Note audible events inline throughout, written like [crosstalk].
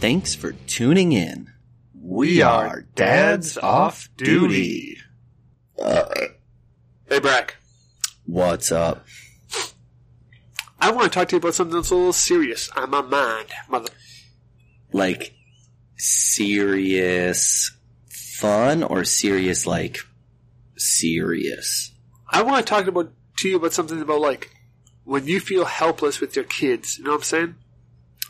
Thanks for tuning in. We are Dads Off Duty. Hey, Brack. What's up? I want to talk to you about something that's a little serious on my mind, mother. Like, serious fun or serious, like, serious? I want to talk about to you about something about like when you feel helpless with your kids. You know what I'm saying?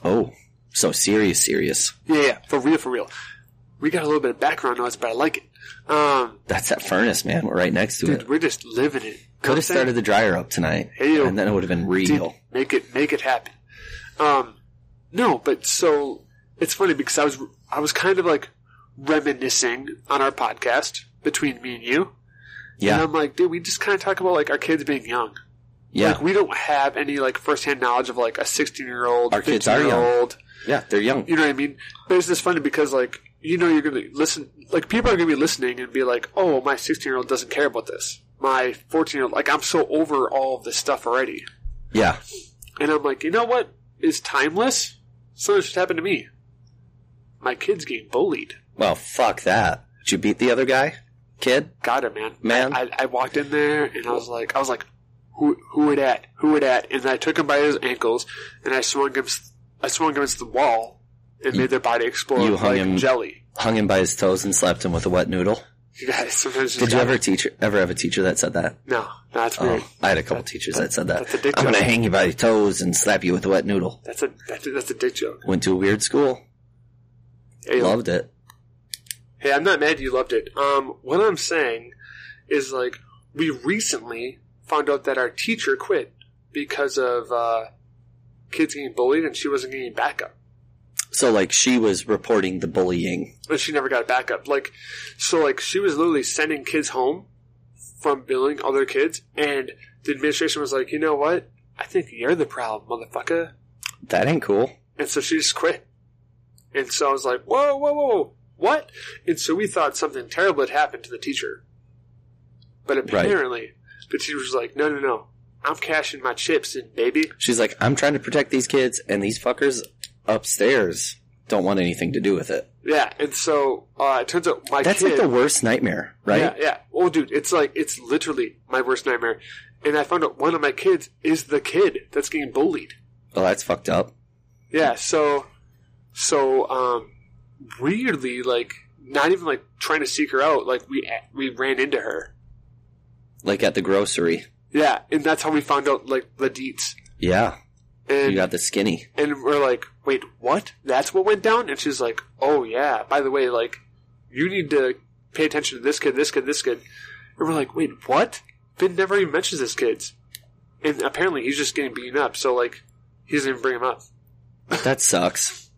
Oh, so serious, serious. Yeah, yeah, for real, for real. We got a little bit of background noise, but I like it. Um, That's that furnace, man. We're right next to dude, it. we're just living it. Could have started the dryer up tonight, Hey, yo. and then it would have been Dude, real. make it make it happen. Um, no, but so it's funny because I was I was kind of like reminiscing on our podcast between me and you, and Yeah, I'm like, dude, we just kind of talk about like our kids being young. yeah, Like we don't have any like firsthand knowledge of like a 16 year old, Our 15 kids are year young. old. yeah. They're young. You know what I mean? But it's just funny because like you know you're gonna listen. Like people are gonna be listening and be like, oh, my 16 year old doesn't care about this. My 14 year old, like I'm so over all of this stuff already. Yeah, And I'm like, you know what is timeless? Something just happened to me. My kid's getting bullied. Well, fuck that. Did you beat the other guy, kid? Got it, man. Man. I, I walked in there and I was like, I was like, who, who it at? Who it at? And I took him by his ankles and I swung against, I swung against the wall and made their body explode you hung like him- jelly. Hung him by his toes and slapped him with a wet noodle. You guys, [laughs] sometimes just Did you gotta- ever teacher ever have a teacher that said that? No, no, that's Oh, weird. I had a couple teachers that said that. that's addictive. I'm gonna hang you by your toes and slap you with a wet noodle. That's a that's a, that's a dick joke. Went to a weird school. Hey, Loved it. hey, I'm not mad you loved it. Um, what I'm saying is like we recently found out that our teacher quit because of uh, kids getting bullied and she wasn't getting backup. So like she was reporting the bullying. But she never got a backup. Like, so like she was literally sending kids home from billing other kids, and the administration was like, you know what? I think you're the problem, motherfucker. That ain't cool. And so she just quit. And so I was like, whoa, whoa, whoa, whoa, what? And so we thought something terrible had happened to the teacher. But apparently, the teacher was like, no, no, no. I'm cashing my chips in, baby. She's like, I'm trying to protect these kids, and these fuckers upstairs don't want anything to do with it. Yeah. And so uh, it turns out my That's kid. like the worst nightmare, right? Yeah, yeah. Oh, dude, it's like, it's literally my worst nightmare. And I found out one of my kids is the kid that's getting bullied. Well, Oh, that's fucked up. Yeah, so so um weirdly like not even like trying to seek her out, like we we ran into her. Like at the grocery. Yeah, and that's how we found out like the deets. Yeah, And you got the [laughs] skinny. and we're like, "Wait, what? That's what went down?" And she's like, "Oh yeah, by the way, like you need to pay attention to this kid, this kid, this kid." And we're like, "Wait, what?" Finn never even mentions his kids. And apparently he's just getting beaten up, so like he doesn't even bring him up. That sucks.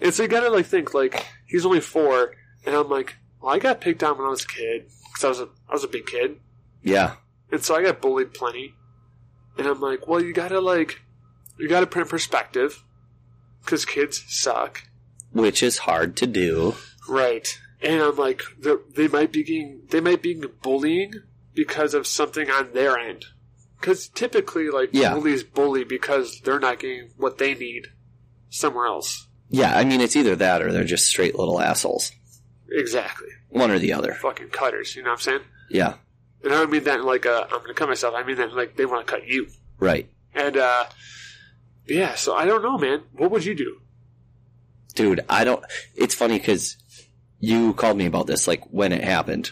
And so you gotta like think like he's only four, and I'm like, well, I got picked on when I was a kid because I was a I was a big kid, Yeah. and so I got bullied plenty. And I'm like, well, you gotta like, you gotta put in perspective because kids suck, Which is hard to do. right? And I'm like, they're- they might be getting they might be bullying because of something on their end. Because typically, like Yeah. bullies bully because they're not getting what they need somewhere else. Yeah, I mean, it's either that or they're just straight little assholes. Exactly, One or the other. fucking cutters. You know what I'm saying? Yeah, And I don't mean that in like uh, I'm gonna cut myself. I mean that in like they want to cut you. right. And uh, yeah, so I don't know, man. What would you do? Dude, I don't. It's funny because you called me about this, like, when it happened.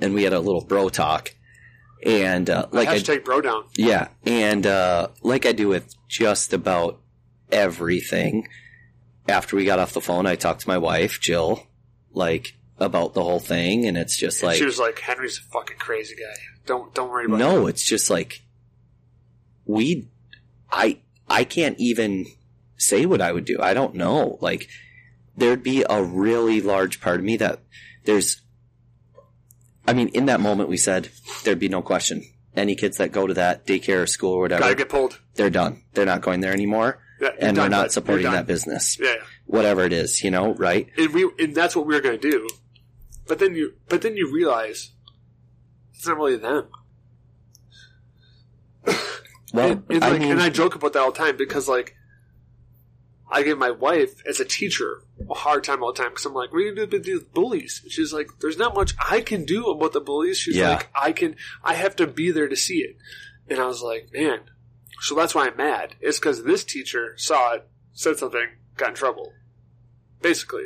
And we had a little bro talk. And, uh, like, I, Hashtag bro down. yeah. And, uh, like I do with just about everything, after we got off the phone, I talked to my wife, Jill, like, about the whole thing. And it's just like. she was like, Henry's a fucking crazy guy. Don't don't worry about it. No, it's just like we I I can't even say what I would do. I don't know. Like there'd be a really large part of me that there's I mean, in that moment we said there'd be no question. Any kids that go to that daycare or school or whatever, Gotta get pulled. they're done. They're not going there anymore. Yeah, you're And we're done, bud. not You're supporting done. that business. Yeah, Whatever it is, you know, right? yeah. and we and that's what we were gonna do. But then you but then you realize it's not really them. Well, and, and, I like, mean, and I joke about that all the time because like I give my wife, as a teacher, a hard time all the time because I'm like, what are you going to do with bullies? And she's like, there's not much I can do about the bullies. She's Yeah. like, I can, I have to be there to see it. And I was like, man. So that's why I'm mad. It's because this teacher saw it, said something, got in trouble. Basically,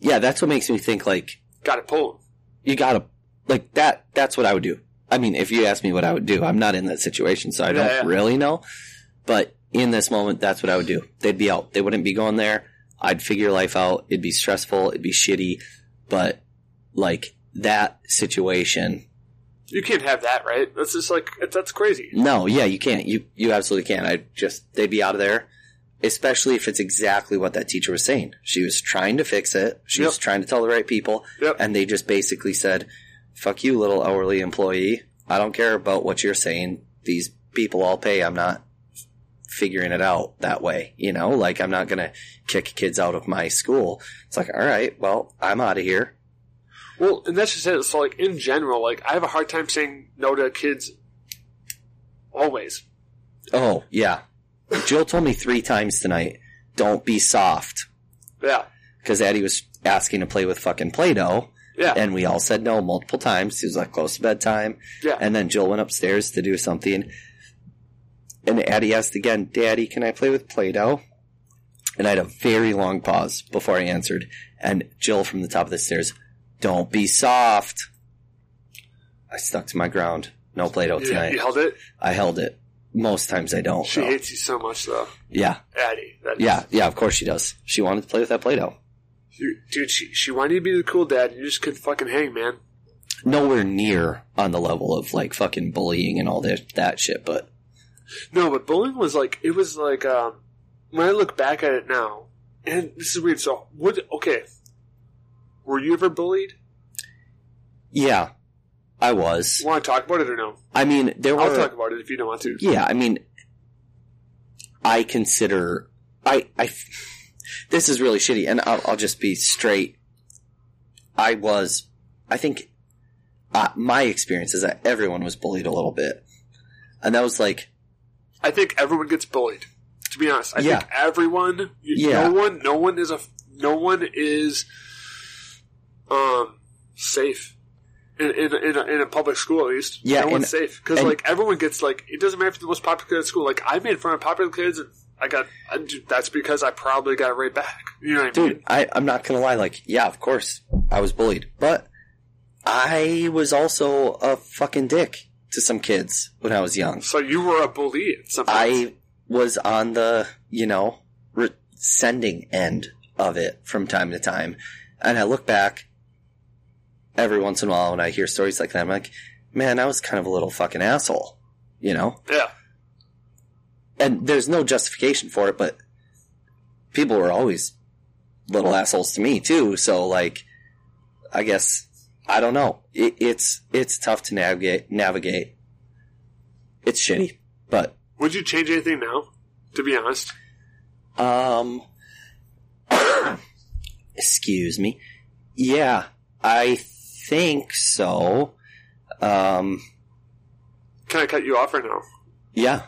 Yeah, that's what makes me think like got a poem. you gotta like that that's what i would do i mean if you ask me what i would do i'm not in that situation so i don't Yeah, yeah. really know but in this moment that's what i would do they'd be out they wouldn't be going there i'd figure life out it'd be stressful it'd be shitty but like that situation You can't have that, right? That's just like that's crazy. no yeah you can't you you absolutely can't i just they'd be out of there especially if it's exactly what that teacher was saying she was trying to fix it she was Yep. trying to tell the right people Yep. and they just basically said, "Fuck you, little hourly employee. I don't care about what you're saying. These people all pay. I'm not figuring it out that way. You know, like I'm not gonna kick kids out of my school. It's like, all right, well, I'm out of here. Well, and that's just it. So, like in general, like I have a hard time saying no to kids. Always. Oh yeah, Jill told me three times tonight, don't be soft, Yeah. because Addie was asking to play with fucking Play-Doh. Yeah. And we all said no multiple times. She was like close to bedtime. yeah. And then Jill went upstairs to do something. And Addie asked again, Daddy, can I play with Play Doh? And I had a very long pause before I answered. And Jill from the top of the stairs, Don't be soft. I stuck to my ground. No Play Doh You- tonight. You held it. I held it. Most times I don't. She though. hates you so much, though, yeah. Addie. That, Yeah. Yeah. Of course she does. She wanted to play with that Play Doh. You- dude, she she wanted you to be the cool dad. You just couldn't fucking hang, man. Nowhere near on the level of like fucking bullying and all that, that shit, but No, but bullying was like it was like um, when I look back at it now, and this is weird. So, what? Okay, were you ever bullied? yeah, I was. Want to talk about it or no? I mean, there were. I'll talk about it if you don't want to. yeah, I mean, I consider I I this is really shitty, and I'll, I'll just be straight. I was, I think, uh, my experience is that everyone was bullied a little bit, and that was like, I think everyone gets bullied. To be honest, I Yeah. think everyone. y- Yeah. No one. No one is a. No one is, um, safe. In in in a, in a public school, at least. Yeah, No and- one's safe because and- like everyone gets like it doesn't matter if you're the most popular kid at school. Like I made fun of popular kids, and I got I, dude, that's because I probably got it right back. You know what I mean? dude, I I'm not gonna lie, like, yeah, of course I was bullied, but I was also a fucking dick to some kids when I was young. So you were a bully. At some point. I was on the, you know, re- sending end of it from time to time. And I look back every once in a while when I hear stories like that. I'm like, man, I was kind of a little fucking asshole, you know? yeah. And there's no justification for it, but people were always little assholes to me too. So like, I guess, I don't know. It, it's, it's tough to navigate, navigate. It's shitty, but Would you change anything now? To be honest, Um, [coughs] excuse me. Yeah, I think so. Um, can I cut you off right now? yeah,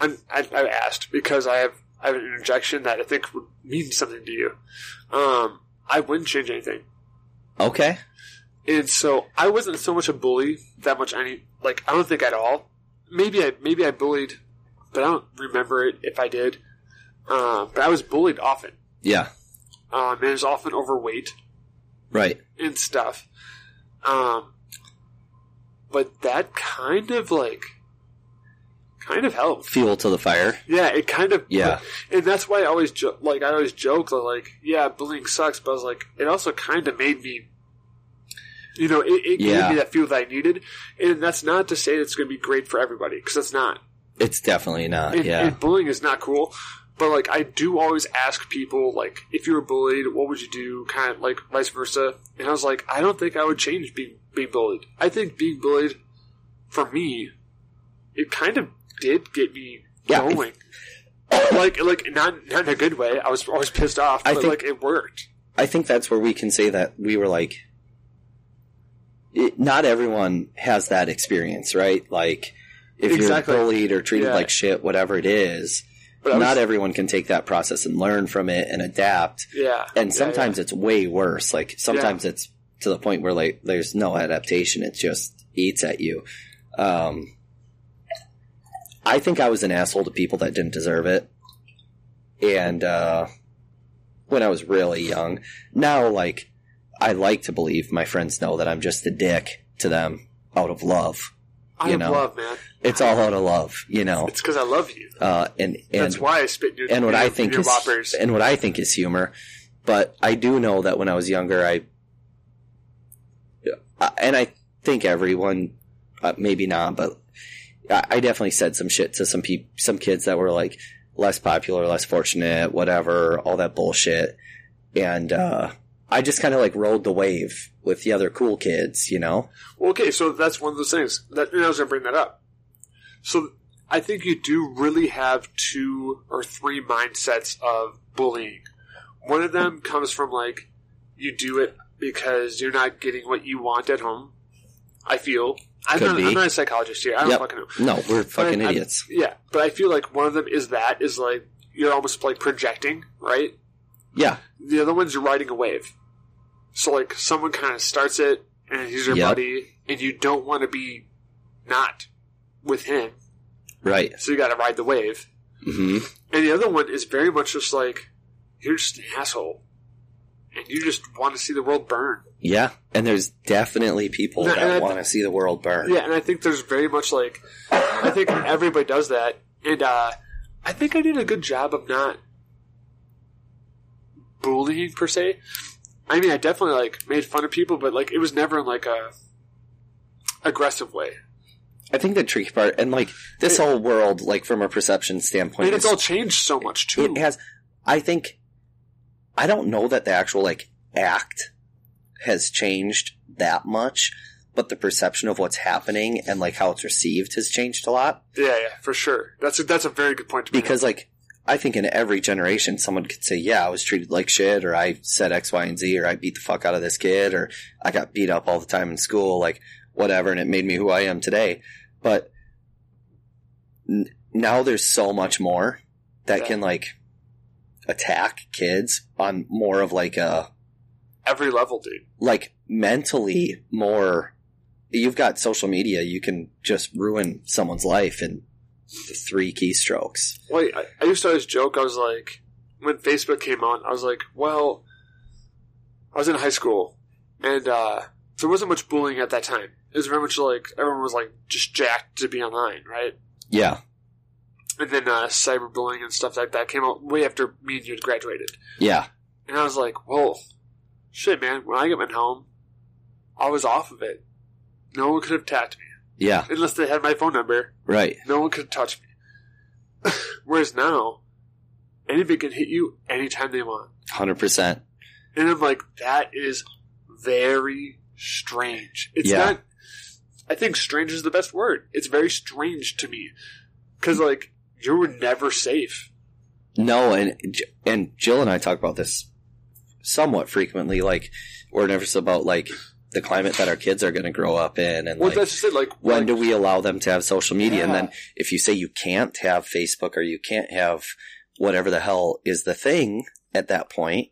I'm, I, I asked because I have I have an interjection that I think would mean something to you. Um, I wouldn't change anything, okay. and so I wasn't so much a bully that much. Any like I don't think at all. Maybe I maybe I bullied, but I don't remember it if I did. Um, but I was bullied often. Yeah, Um, and I was often overweight right. and stuff. Um, but that kind of like kind of helped. Fuel to the fire. Yeah, it kind of Yeah. and that's why I always jo- like I always joke like yeah, bullying sucks, but I was like it also kind of made me, you know, it, it Yeah. gave me that feel that I needed, and that's not to say it's going to be great for everybody because that's not. It's definitely not. And, yeah, and bullying is not cool, but like I do always ask people like if you were bullied, what would you do? Kind of like vice versa, and I was like I don't think I would change being being bullied. I think being bullied for me, it kind of did get me Yeah, it going. like, like not not in a good way. I was always pissed off, I but think- like it worked. I think that's where we can say that we were like, it, not everyone has that experience, right? Like, if Exactly. you're bullied or treated Yeah. like shit, whatever it is, But I was- not everyone can take that process and learn from it and adapt. yeah. And Yeah, sometimes it's way worse. Like sometimes it's to the point where like there's no adaptation. It just eats at you. Um, I think I was an asshole to people that didn't deserve it. And, uh, when I was really young. Now, like, I like to believe my friends know that I'm just a dick to them out of love. yeah. I you know. love man. It's all out of love, you know. It's because I love you. Uh, and, and That's why I spit in your and what in your, I think your is whoppers. and what I think is humor. But I do know that when I was younger, I uh, and I think everyone, uh, maybe not, but I, I definitely said some shit to some peop some kids that were like less popular, less fortunate, whatever, all that bullshit. And uh, I just kind of like rolled the wave with the other cool kids, you know. Well, okay, so that's one of those things. That, and I was going to bring that up. So I think you do really have two or three mindsets of bullying. One of them comes from like you do it because you're not getting what you want at home. I feel I'm, Could not, be. I'm not a psychologist here. I don't Yep. fucking know. No, we're But fucking I- idiots. Yeah, but I feel like one of them is that is like you're almost like projecting, right? yeah, the other one's you're riding a wave. So like someone kind of starts it, and he's your Yep. buddy, and you don't want to be not with him, right. so you got to ride the wave. hmm And the other one is very much just like you're just an asshole, and you just want to see the world burn. Yeah, and there's definitely people No, and I- that want to see the world burn. Yeah, and I think there's very much like I think everybody does that, and uh, I think I did a good job of not bullying per se. I mean, I definitely like made fun of people, but like it was never in like a aggressive way. I think the tricky part, and like this whole world, like from a perception standpoint, and it's is- all changed so much too. it has. I think I don't know that the actual like act has changed that much, but the perception of what's happening and like how it's received has changed a lot. yeah, yeah, for sure. That's a, that's a very good point to make. Because like I think in every generation, someone could say, "Yeah, I was treated like shit," or "I said X, Y, and Z," or "I beat the fuck out of this kid," or "I got beat up all the time in school," like whatever, and it made me who I am today. But n- now there's so much more that Yeah. can like attack kids on more of like a every level, dude. like mentally more. You've got social media; you can just ruin someone's life in three keystrokes. Wait, I, I used to always joke. I was like, when Facebook came on, I was like, well, I was in high school, and uh, there wasn't much bullying at that time. It was very much like everyone was like just jacked to be online, right? Yeah, And then uh, cyberbullying and stuff like that came out way after me and you had graduated. yeah. And I was like, whoa, shit, man. When I went home, I was off of it. No one could have tapped me Yeah, unless they had my phone number. right. No one could touch me. [laughs] Whereas now, anybody can hit you anytime they want. 100%. And I'm like, that is very strange. It's Yeah. not. I think strange is the best word. It's very strange to me because like you were never safe. No, and and Jill and I talk about this somewhat frequently like we're nervous about like the climate that our kids are going to grow up in and Well, like that's just it. Like when like, do we allow them to have social media and Yeah. then if you say you can't have Facebook or you can't have whatever the hell is the thing at that point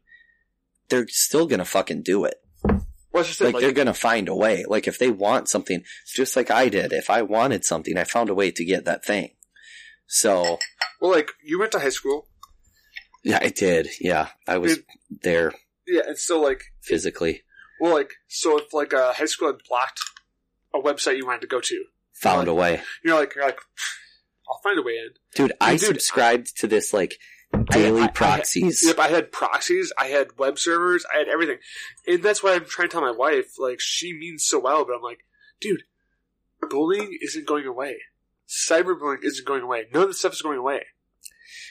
they're still going to fucking do it. well, that's just Like, it. Like, they're going to find a way. Like if they want something, just like I did, if I wanted something, I found a way to get that thing. So well, like you went to high school. Yeah, I did. Yeah, I was It- there Yeah, and so like physically. well, like so if like a high school had blocked a website you wanted to go to, Found a way, you're like you're like, I'll find a way in. dude. I Dude, subscribed to this like daily I- I- proxies. Yep, I had proxies, I had web servers, I had everything. And that's why I'm trying to tell my wife, like, she means so well, but I'm like, dude, bullying isn't going away. Cyberbullying isn't going away. None of this stuff is going away.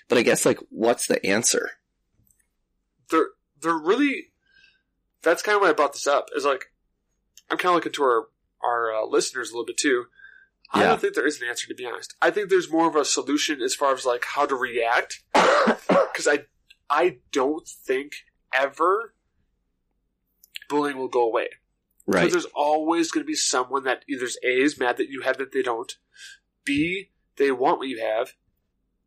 But I guess like, what's the answer? [coughs] They're they're really that's kind of why I brought this up, is like I'm kinda looking to our, our uh, listeners a little bit too. I Yeah. don't think there is an answer to be honest. I think there's more of a solution as far as like how to react. Because I I don't think ever bullying will go away. Because Right? there's always going to be someone that either is A, is mad that you have that they don't, B, they want what you have,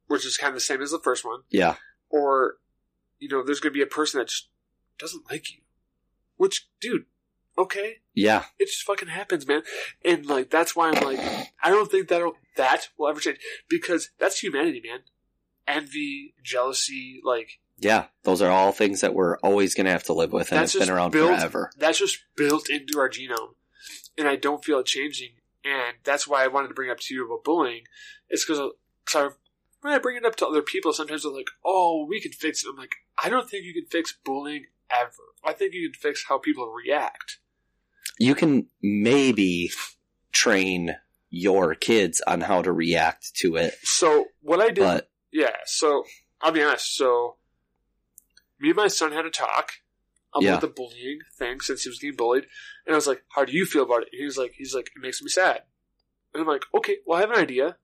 which is kind of the same as the first one, Yeah. or you know, there's going to be a person that just doesn't like you. Which, dude, okay, Yeah. it just fucking happens, man. And like that's why I'm like, I don't think that will that will ever change because that's humanity, man. Envy, jealousy, like Yeah. Those are all things that we're always going to have to live with, and That's it's just been around built- forever. that's just built into our genome, and I don't feel it changing. And that's why I wanted to bring up to you about bullying. It's because I, when I bring it up to other people, sometimes they're like, "Oh, we can fix it." I'm like, I don't think you can fix bullying ever. I think you can fix how people react. You can maybe train your kids on how to react to it, So what I did but Yeah, so I'll be honest. So me and my son had a talk about Yeah. the bullying thing since he was getting bullied, and I was like, "How do you feel about it?" And he was like, "He's like, it makes me sad." And I'm like, "Okay, well, I have an idea.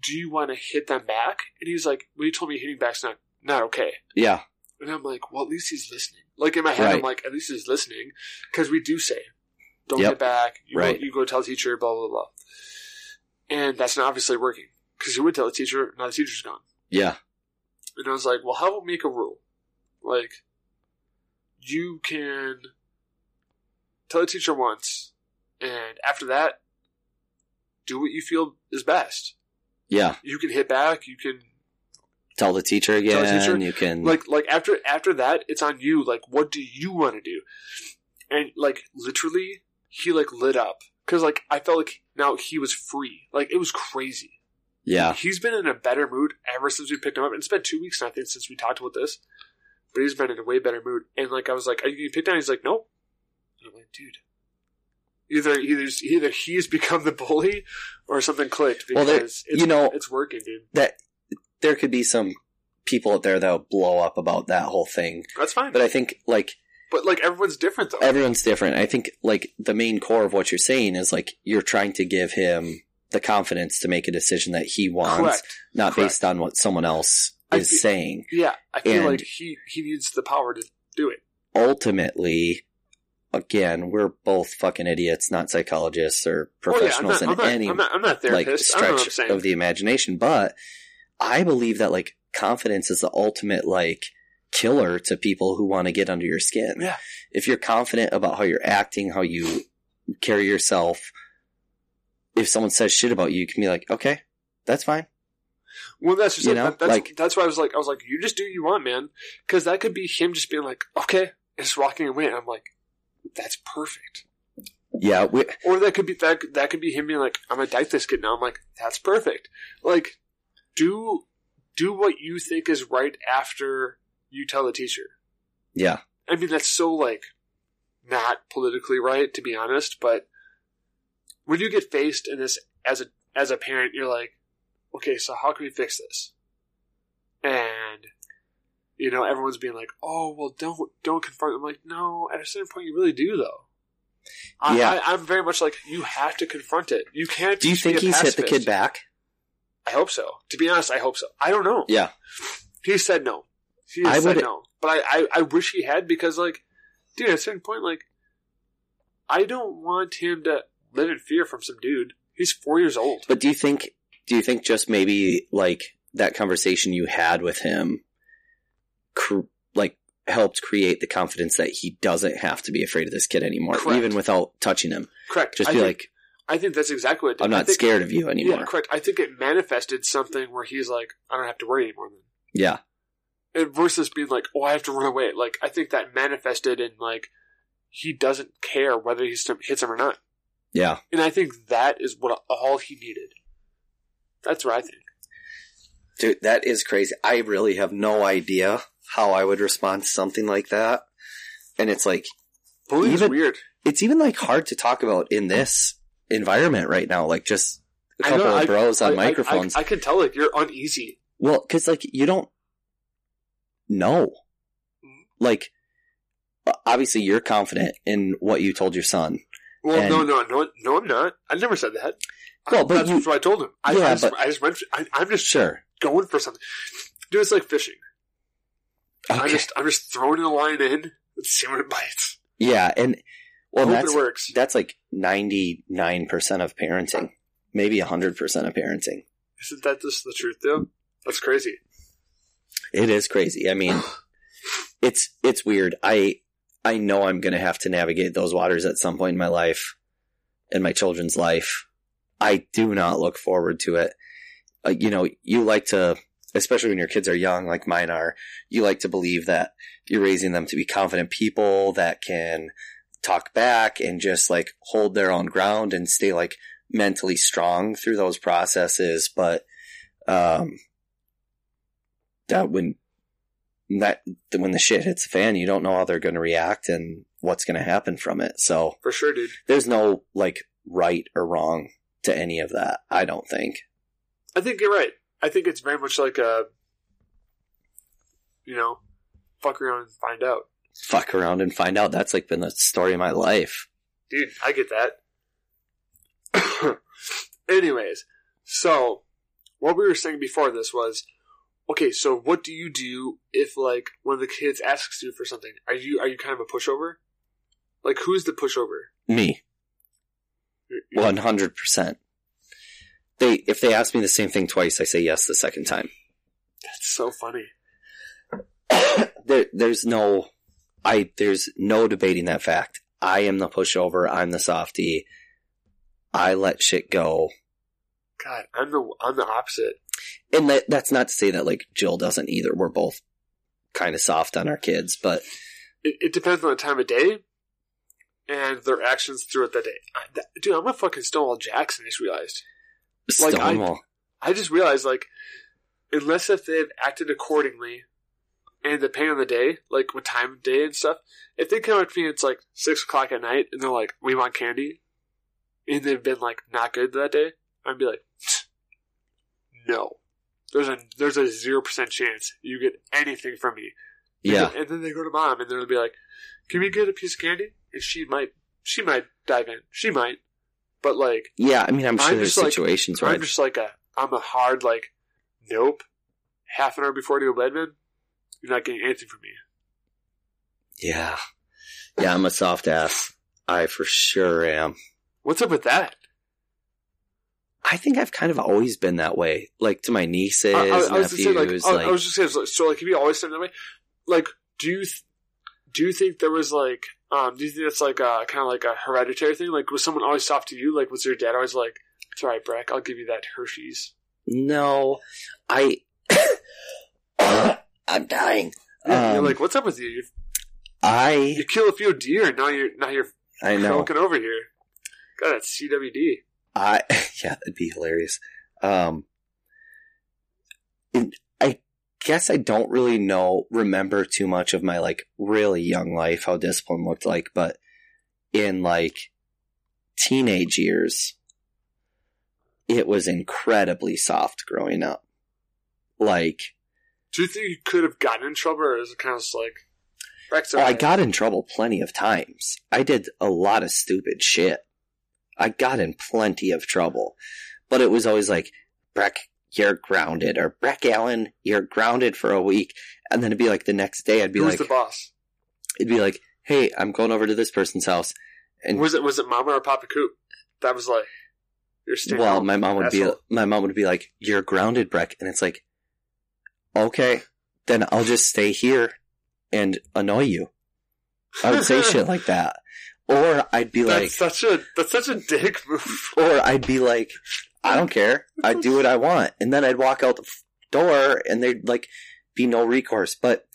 Do you want to hit them back?" And he's like, "Well, you told me hitting back's not not okay." yeah. And I'm like, "Well, at least he's listening." Like in my head, I'm Right. like, "At least he's listening," because we do say, "Don't Yep. hit back." You Right. go, you go tell the teacher, blah blah blah. And that's not obviously working because he would tell the teacher. Now the teacher's gone. Yeah. And I was like, well, how about make a rule? Like, you can tell the teacher once, and after that, do what you feel is best. Yeah. You can hit back. You can Tell the teacher the again. teacher, you can. like like after after that, it's on you. Like, what do you want to do? And like literally, he like lit up because like I felt like now he was free. Like it was crazy. yeah. He's been in a better mood ever since we picked him up. It's been two weeks, I think, since we talked about this. But he's been in a way better mood. And like I was like, Are you getting picked on? He's like, Nope. And I'm like, dude. Either either either he's [laughs] become the bully or something clicked Well, because there- it's, you know- it's working, dude. That there could be some people out there that'll blow up about that whole thing, That's fine. but But, I think like like everyone's different though. everyone's different. I think like the main core of what you're saying is like you're trying to give him the confidence to make a decision that he wants, Correct. not correct. based on what someone else I is fe- saying. Yeah. I feel And- like he, he needs the power to do it. Ultimately, again, we're both fucking idiots, not psychologists or Well, Oh, yeah, professionals I'm not, I'm not, in any I'm not, I'm not a like therapist. I don't know what I'm stretch saying. of the imagination. But I believe that like confidence is the ultimate like killer to people who want to get under your skin. Yeah. If you're confident about how you're acting, how you carry yourself, if someone says shit about you, you can be like, okay, that's fine. Well, that's just You like, know? that- that's Like- that's why I was like, I was like, you just do what you want, man, because that could be him just being like, okay, and just walking away. And I'm like, that's perfect. Yeah. We, Or that could be that that could be him being like, I'm gonna dyke this kid now. I'm like, that's perfect. Like, do do what you think is right after you tell the teacher. yeah. I mean, that's so like not politically right, to be honest. But when you get faced in this as a as a parent, you're like, okay, so how can we fix this? And you know, everyone's being like, oh, well, don't don't confront. I'm like, no. At a certain point, you really do though. I, Yeah. I, I'm very much like you have to confront it. You can't. Do you just be think a he's hit the pacifist. kid back? I hope so. To be honest, I hope so. I don't know. Yeah. He said no. He I said would- no. But I, I, I wish he had because, like, dude, at a certain point, like, I don't want him to live in fear from some dude. He's four years old. But do you think, do you think just maybe like that conversation you had with him, cr- like helped create the confidence that he doesn't have to be afraid of this kid anymore, Correct. even without touching him? Correct. Just I be think, like, I think that's exactly what it did. I'm I not think- scared of you anymore. Yeah, Yeah. correct. I think it manifested something where he's like, I don't have to worry anymore. Then. And versus being like, oh, I have to run away. Like, I think that manifested in, like, he doesn't care whether he hits him or not. Yeah. And I think that is what all he needed. That's what I think. Dude, that is crazy. I really have no idea how I would respond to something like that. And it's like, Bullying is Even- weird. it's even like hard to talk about in this environment right now. Like just a I know, couple I- of bros on I- I- microphones. I, I, can tell like you're uneasy. Well, because like you don't know, like o- obviously you're confident in what you told your son. Well, no, And- no, no, no, I'm not. I never said that. Well, I, but that's you- what I told him. I, Yeah, I just, but- I just went. I, I'm just Sure, going for something. Dude, it's like fishing. I'm okay, just, I'm just throwing the line in and see what it bites. yeah, and well, Hope that's it works. that's like ninety nine percent of parenting, maybe hundred percent of parenting. Isn't that just the truth, though? That's crazy. It is crazy. I mean, it's it's weird. I I know I'm going to have to navigate those waters at some point in my life, in my children's life. I do not look forward to it. Uh, you know, you like to, especially when your kids are young, like mine are. You like to believe that you're raising them to be confident people that can talk back and just like hold their own ground and stay like mentally strong through those processes. But um, that when that when the shit hits the fan, you don't know how they're going to react and what's going to happen from it. So For sure, dude. there's no like right or wrong to any of that. I don't think. I think you're right. I think it's very much like a, you know, fuck around and find out. Fuck around and find out. That's like been the story of my life. Dude, I get that. [coughs] Anyways, so what we were saying before this was okay, so what do you do if like one of the kids asks you for something? Are you are you kind of a pushover? Like who's the pushover? Me, You're- you're- one hundred percent. They if they ask me the same thing twice, I say yes the second time. [coughs] That's so funny. there, there's no, I, there's no debating that fact. I am the pushover. I'm the softy. I let shit go. God, I'm the I'm the opposite. And that, that's not to say that like Jill doesn't either. We're both kind of soft on our kids, but It, it depends on the time of day and their actions throughout that day. I, that, dude, I'm a fucking Stonewall Jackson. I just realized. Like, I- Stonewall. I just realized, like, unless if they've acted accordingly, and depending on the day, like what time of day and stuff, if they come up to me, and it's like six o'clock at night, and they're like, "We want candy," and they've been like not good that day, I'd be like, "No, there's a there's a zero percent chance you get anything from me." yeah. And then they go to mom, and they'll be like, "Can we get a piece of candy?" And she might she might dive in, she might, but like Yeah. I mean, I'm sure I'm there's just, like, situations I'm where I, just like a, I'm a hard like, nope. Half an hour before I go to bed, man, you're not getting anything from me. yeah. Yeah. I'm a soft ass. I for sure am. What's up with that? I think I've kind of always been that way. Like to my nieces, I, I- I was just nephews, saying, like, I, I like- was just saying, so- so like, if you always said that way, like, do you th- do you think there was like, um, do you think that's like a kind of like a hereditary thing? Like, was someone always soft to you? Like, was your dad always like, "It's all right, Brack, I'll give you that Hershey's." No, I. [coughs] I'm dying. Yeah, you're Um, like, what's up with you? You, I. you kill a few deer, and now you're now you're I know. looking over here. God, that's CWD. I. [laughs] Yeah, it'd be hilarious. Um. it- I guess I don't really know, remember too much of my like really young life, how discipline looked like, but in like teenage years, it was incredibly soft growing up. Like, Do you think you could have gotten in trouble, or is it kind of just like Rex? Oh, I alright. got in trouble plenty of times. I did a lot of stupid shit. I got in plenty of trouble. But it was always like, Breck, you're grounded. Or Breck Allen, you're grounded for a week. And then it'd be like the next day, I'd be Who was like, the boss? it'd be like, hey, I'm going over to this person's house. And was it was it Mama or Papa Coop? That was like your stand. well, my mom would asshole. be, my mom would be like, you're grounded, Breck. And it's like, okay, then I'll just stay here and annoy you. I would [laughs] say shit like that. Or I'd be That's like, such a that's such a dick move. [laughs] or I'd be like, I don't care. I do what I want. And then I'd walk out the f- door and there'd like be no recourse. But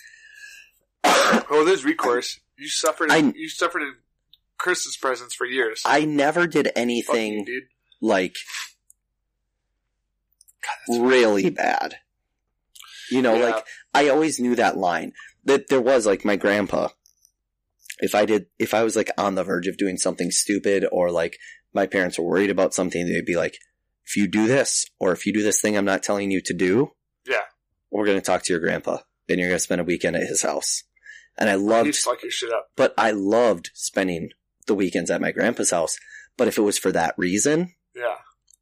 [coughs] Oh, there's recourse. You suffered. In, I- you suffered in Chris's presence for years. I never did Fuck you, anything dude. like really bad. You know, Yeah. like I always knew that line that there was like my grandpa. If I did, if I was like on the verge of doing something stupid or like my parents were worried about something, they'd be like, if you do this or if you do this thing I'm not telling you to do, Yeah. we're going to talk to your grandpa and you're going to spend a weekend at his house. And I loved you fuck your shit up. but I loved spending the weekends at my grandpa's house. But if it was for that reason, Yeah,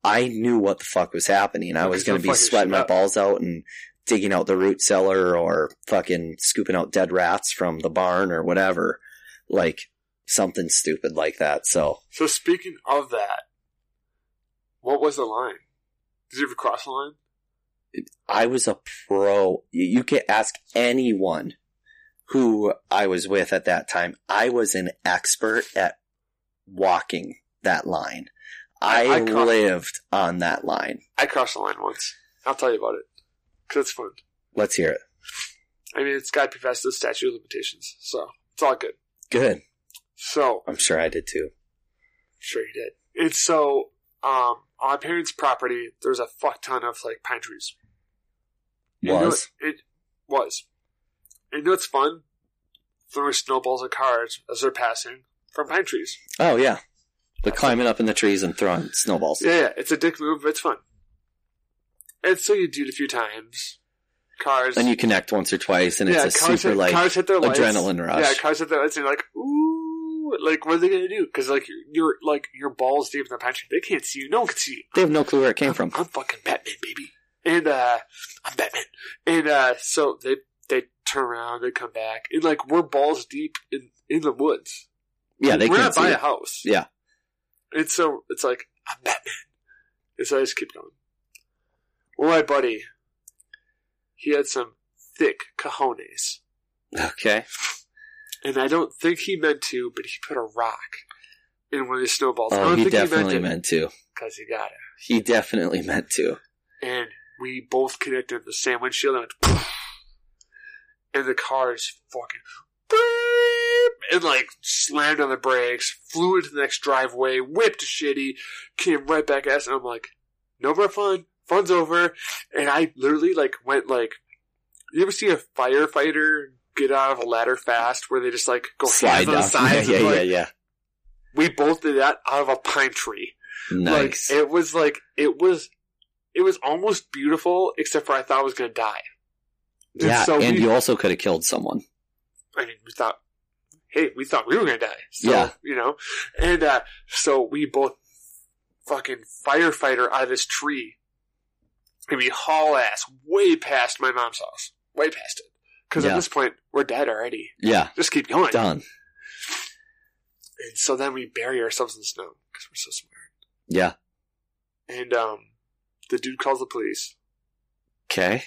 I knew what the fuck was happening. I was Because going they'll to be fucking sweating shit my up. balls out and digging out the root cellar or fucking scooping out dead rats from the barn or whatever. Like something stupid like that. So So speaking of that, what was the line? Did you ever cross the line? I was a pro. You- You can ask anyone who I was with at that time. I was an expert at walking that line. I, I- I caught- lived on that line. I crossed the line once. I'll tell you about it because it's fun. Let's hear it. I mean, it's got to be past the statute of limitations, so it's all good. Good. So I'm sure I did too. Sure you did. And so, um, on my parents' property, there's a fuck ton of like pine trees. You know, Was. it was. And you know what's fun? Throwing snowballs at cars as they're passing from pine trees. Oh yeah. The climbing up in the trees and throwing snowballs. Yeah, yeah, it's a dick move, but it's fun. And so you do it a few times. Cars. And you connect once or twice and it's a cars super hit, like cars hit their lights. adrenaline rush. Yeah, cars hit their lights, and you're like, ooh, like what are they gonna do? Because like you're, you're like your balls deep in the pine tree, they can't see you. No one can see you. they have no clue where it came from. I'm fucking Batman, baby. And uh I'm Batman. And uh so they they turn around, they come back, and like we're balls deep in in the woods. Yeah, they we're can't not by see a it. house. Yeah. And so it's like I'm Batman. And so I just keep going. Well, my buddy, he had some thick cojones, Okay. and I don't think he meant to, but he put a rock in one of the snowballs. I Oh, don't he think definitely he meant meant to. because he got it. He definitely meant to. and we both connected the same windshield and, it went, and the car is fucking beep, and like slammed on the brakes, flew into the next driveway, whipped shitty, came right back at us, and I'm like, no more fun, fun's over, and I literally like went like, you ever see a firefighter get out of a ladder fast where they just like go Slide hands on the down. [laughs] Yeah, sides? yeah, and, yeah, like, yeah. We both did that out of a pine tree. Nice. Like it was like it was it was almost beautiful, except for I thought I was gonna die. yeah, so and we- you also could have killed someone. I mean, we thought, hey, we thought we were gonna die. So, Yeah. you know, and uh, so we both fucking firefighter out of this tree, and we haul ass way past my mom's house, way past it, because at Yeah. this point we're dead already. Yeah, Just keep going. done. And so then we bury ourselves in the snow because we're so smart. Yeah. And um, the dude calls the police, Okay.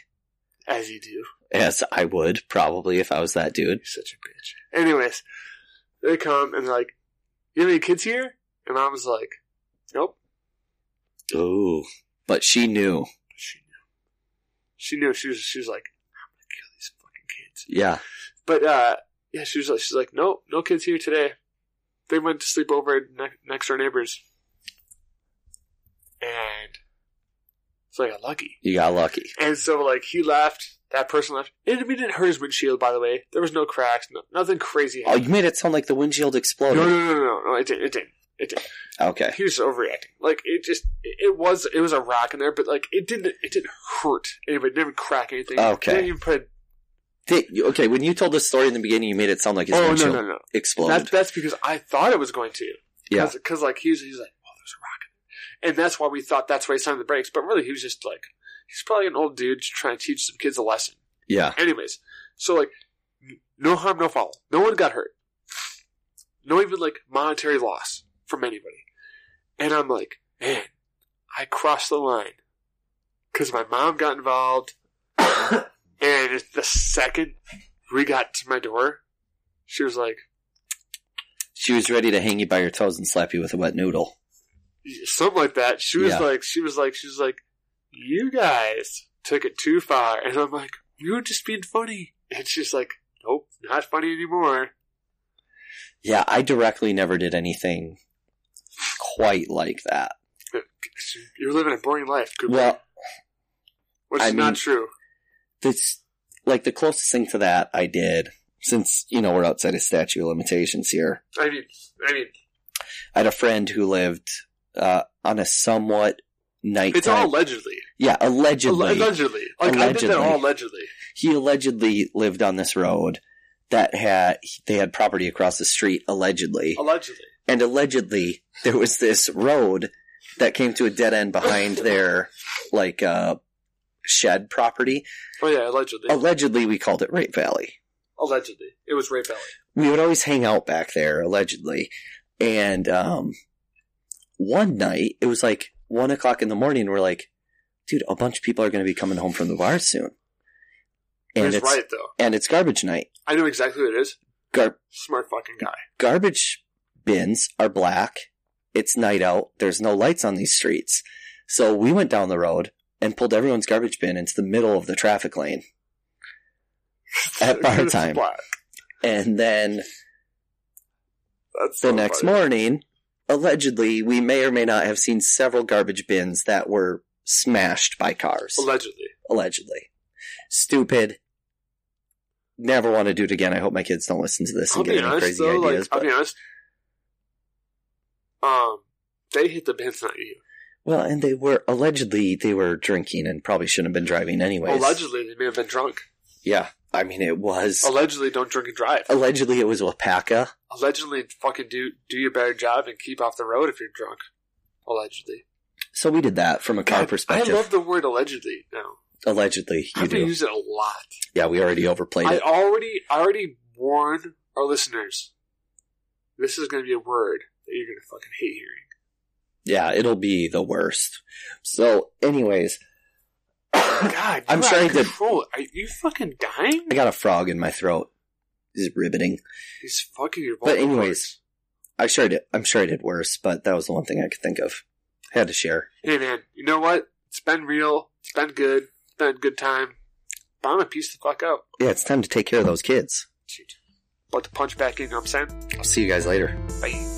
as you do. Yes, I would probably if I was that dude. You're such a bitch. Anyways, they come and they're like, You have any kids here? And I was like, Nope. Ooh, but she knew. She knew. She knew. She was, she was like, I'm going to kill these fucking kids. Yeah. But, uh, yeah, she was like, she's like, Nope, no kids here today. They went to sleep over at ne- next door neighbors. And so I got lucky. You got lucky. And so, like, he left. That person left. And we didn't hurt his windshield, by the way. There was no cracks. No, nothing crazy Oh, happened. you made it sound like the windshield no, exploded. no, no, no, no, no. It didn't. It didn't. It didn't. Okay. he was overreacting. Like it just it was it was a rock in there, but like it didn't it didn't hurt anybody, it didn't crack anything. Okay. It didn't even put Did- you- okay, when you told the story in the beginning, you made it sound like his Oh no windshield no no. exploded. That's that's because I thought it was going to. yeah. Because like he was he's like, Oh, there's a rock in there. And that's why we thought that's why he signed the brakes, but really he was just like he's probably an old dude just trying to teach some kids a lesson. [coughs] Yeah. Anyways, so like n- no harm, no foul. No one got hurt. No even like monetary loss from anybody. And I'm like, man, I crossed the line because my mom got involved, and it's the second we got to my door, she was like, She was ready to hang you by your toes and slap you with a wet noodle. something like that. She was Yeah. like, she was like, she was like, you guys took it too far. And I'm like, you were just being funny. And she's like, nope, not funny anymore. Yeah, I directly never did anything quite like that. You're living a boring life, Cooper. Well, which I is mean- not true. this like the closest thing to that I did since you know we're outside of statute of limitations here. I mean, I mean, I had a friend who lived uh, on a somewhat nighttime. it's all allegedly. yeah, allegedly, Allegedly, like I did Allegedly. that all allegedly. he allegedly lived on this road that had they had property across the street allegedly, Allegedly, and allegedly there was this road that came to a dead end behind their like uh, shed property. oh yeah, allegedly, Allegedly, we called it Rape Valley. allegedly. It was rape alley. we would always hang out back there allegedly and um one night it was like one o'clock in the morning we're like dude, a bunch of people are going to be coming home from the bar soon. And He's it's right though. and it's garbage night. I know exactly what it is. Gar- Smart fucking guy. garbage bins are black. It's night out. There's no lights on these streets. So we went down the road and pulled everyone's garbage bin into the middle of the traffic lane. [laughs] At bar It's time. black. And then That's the so next funny. morning, allegedly, we may or may not have seen several garbage bins that were smashed by cars. Allegedly. allegedly. Stupid. Never want to do it again. I hope my kids don't listen to this I'll and be get any honest crazy though, ideas. like I'll but- be honest. Um they hit the bins, not you. well, and they were allegedly they were drinking and probably shouldn't have been driving anyways. Allegedly they may have been drunk. Yeah, I mean it was Allegedly don't drink and drive. Oh. allegedly it was Wapaka. Allegedly fucking do do your better job and keep off the road if you're drunk. Allegedly. So we did that from a car God, perspective. I love the word allegedly now. allegedly, you I'm gonna do. use it a lot. yeah, we already overplayed I it. already I already warned our listeners. This is going to be a word that you're going to fucking hate hearing. Yeah, it'll be the worst. So, anyways, [coughs] I God, I'm you're trying out to- of control. Are you fucking dying? got a frog in my throat. This is riveting. He's fucking your. But vocal anyways. cords. I sure did. I'm sure I did worse, but that was the one thing I could think of. had to share. hey man, you know what? It's been real. It's been good. It's been a good time. But I'm gonna piece the fuck out. Yeah, it's time to take care of those kids. Shoot. About to punch back in. You know what I'm saying? I'll see you guys later. Bye.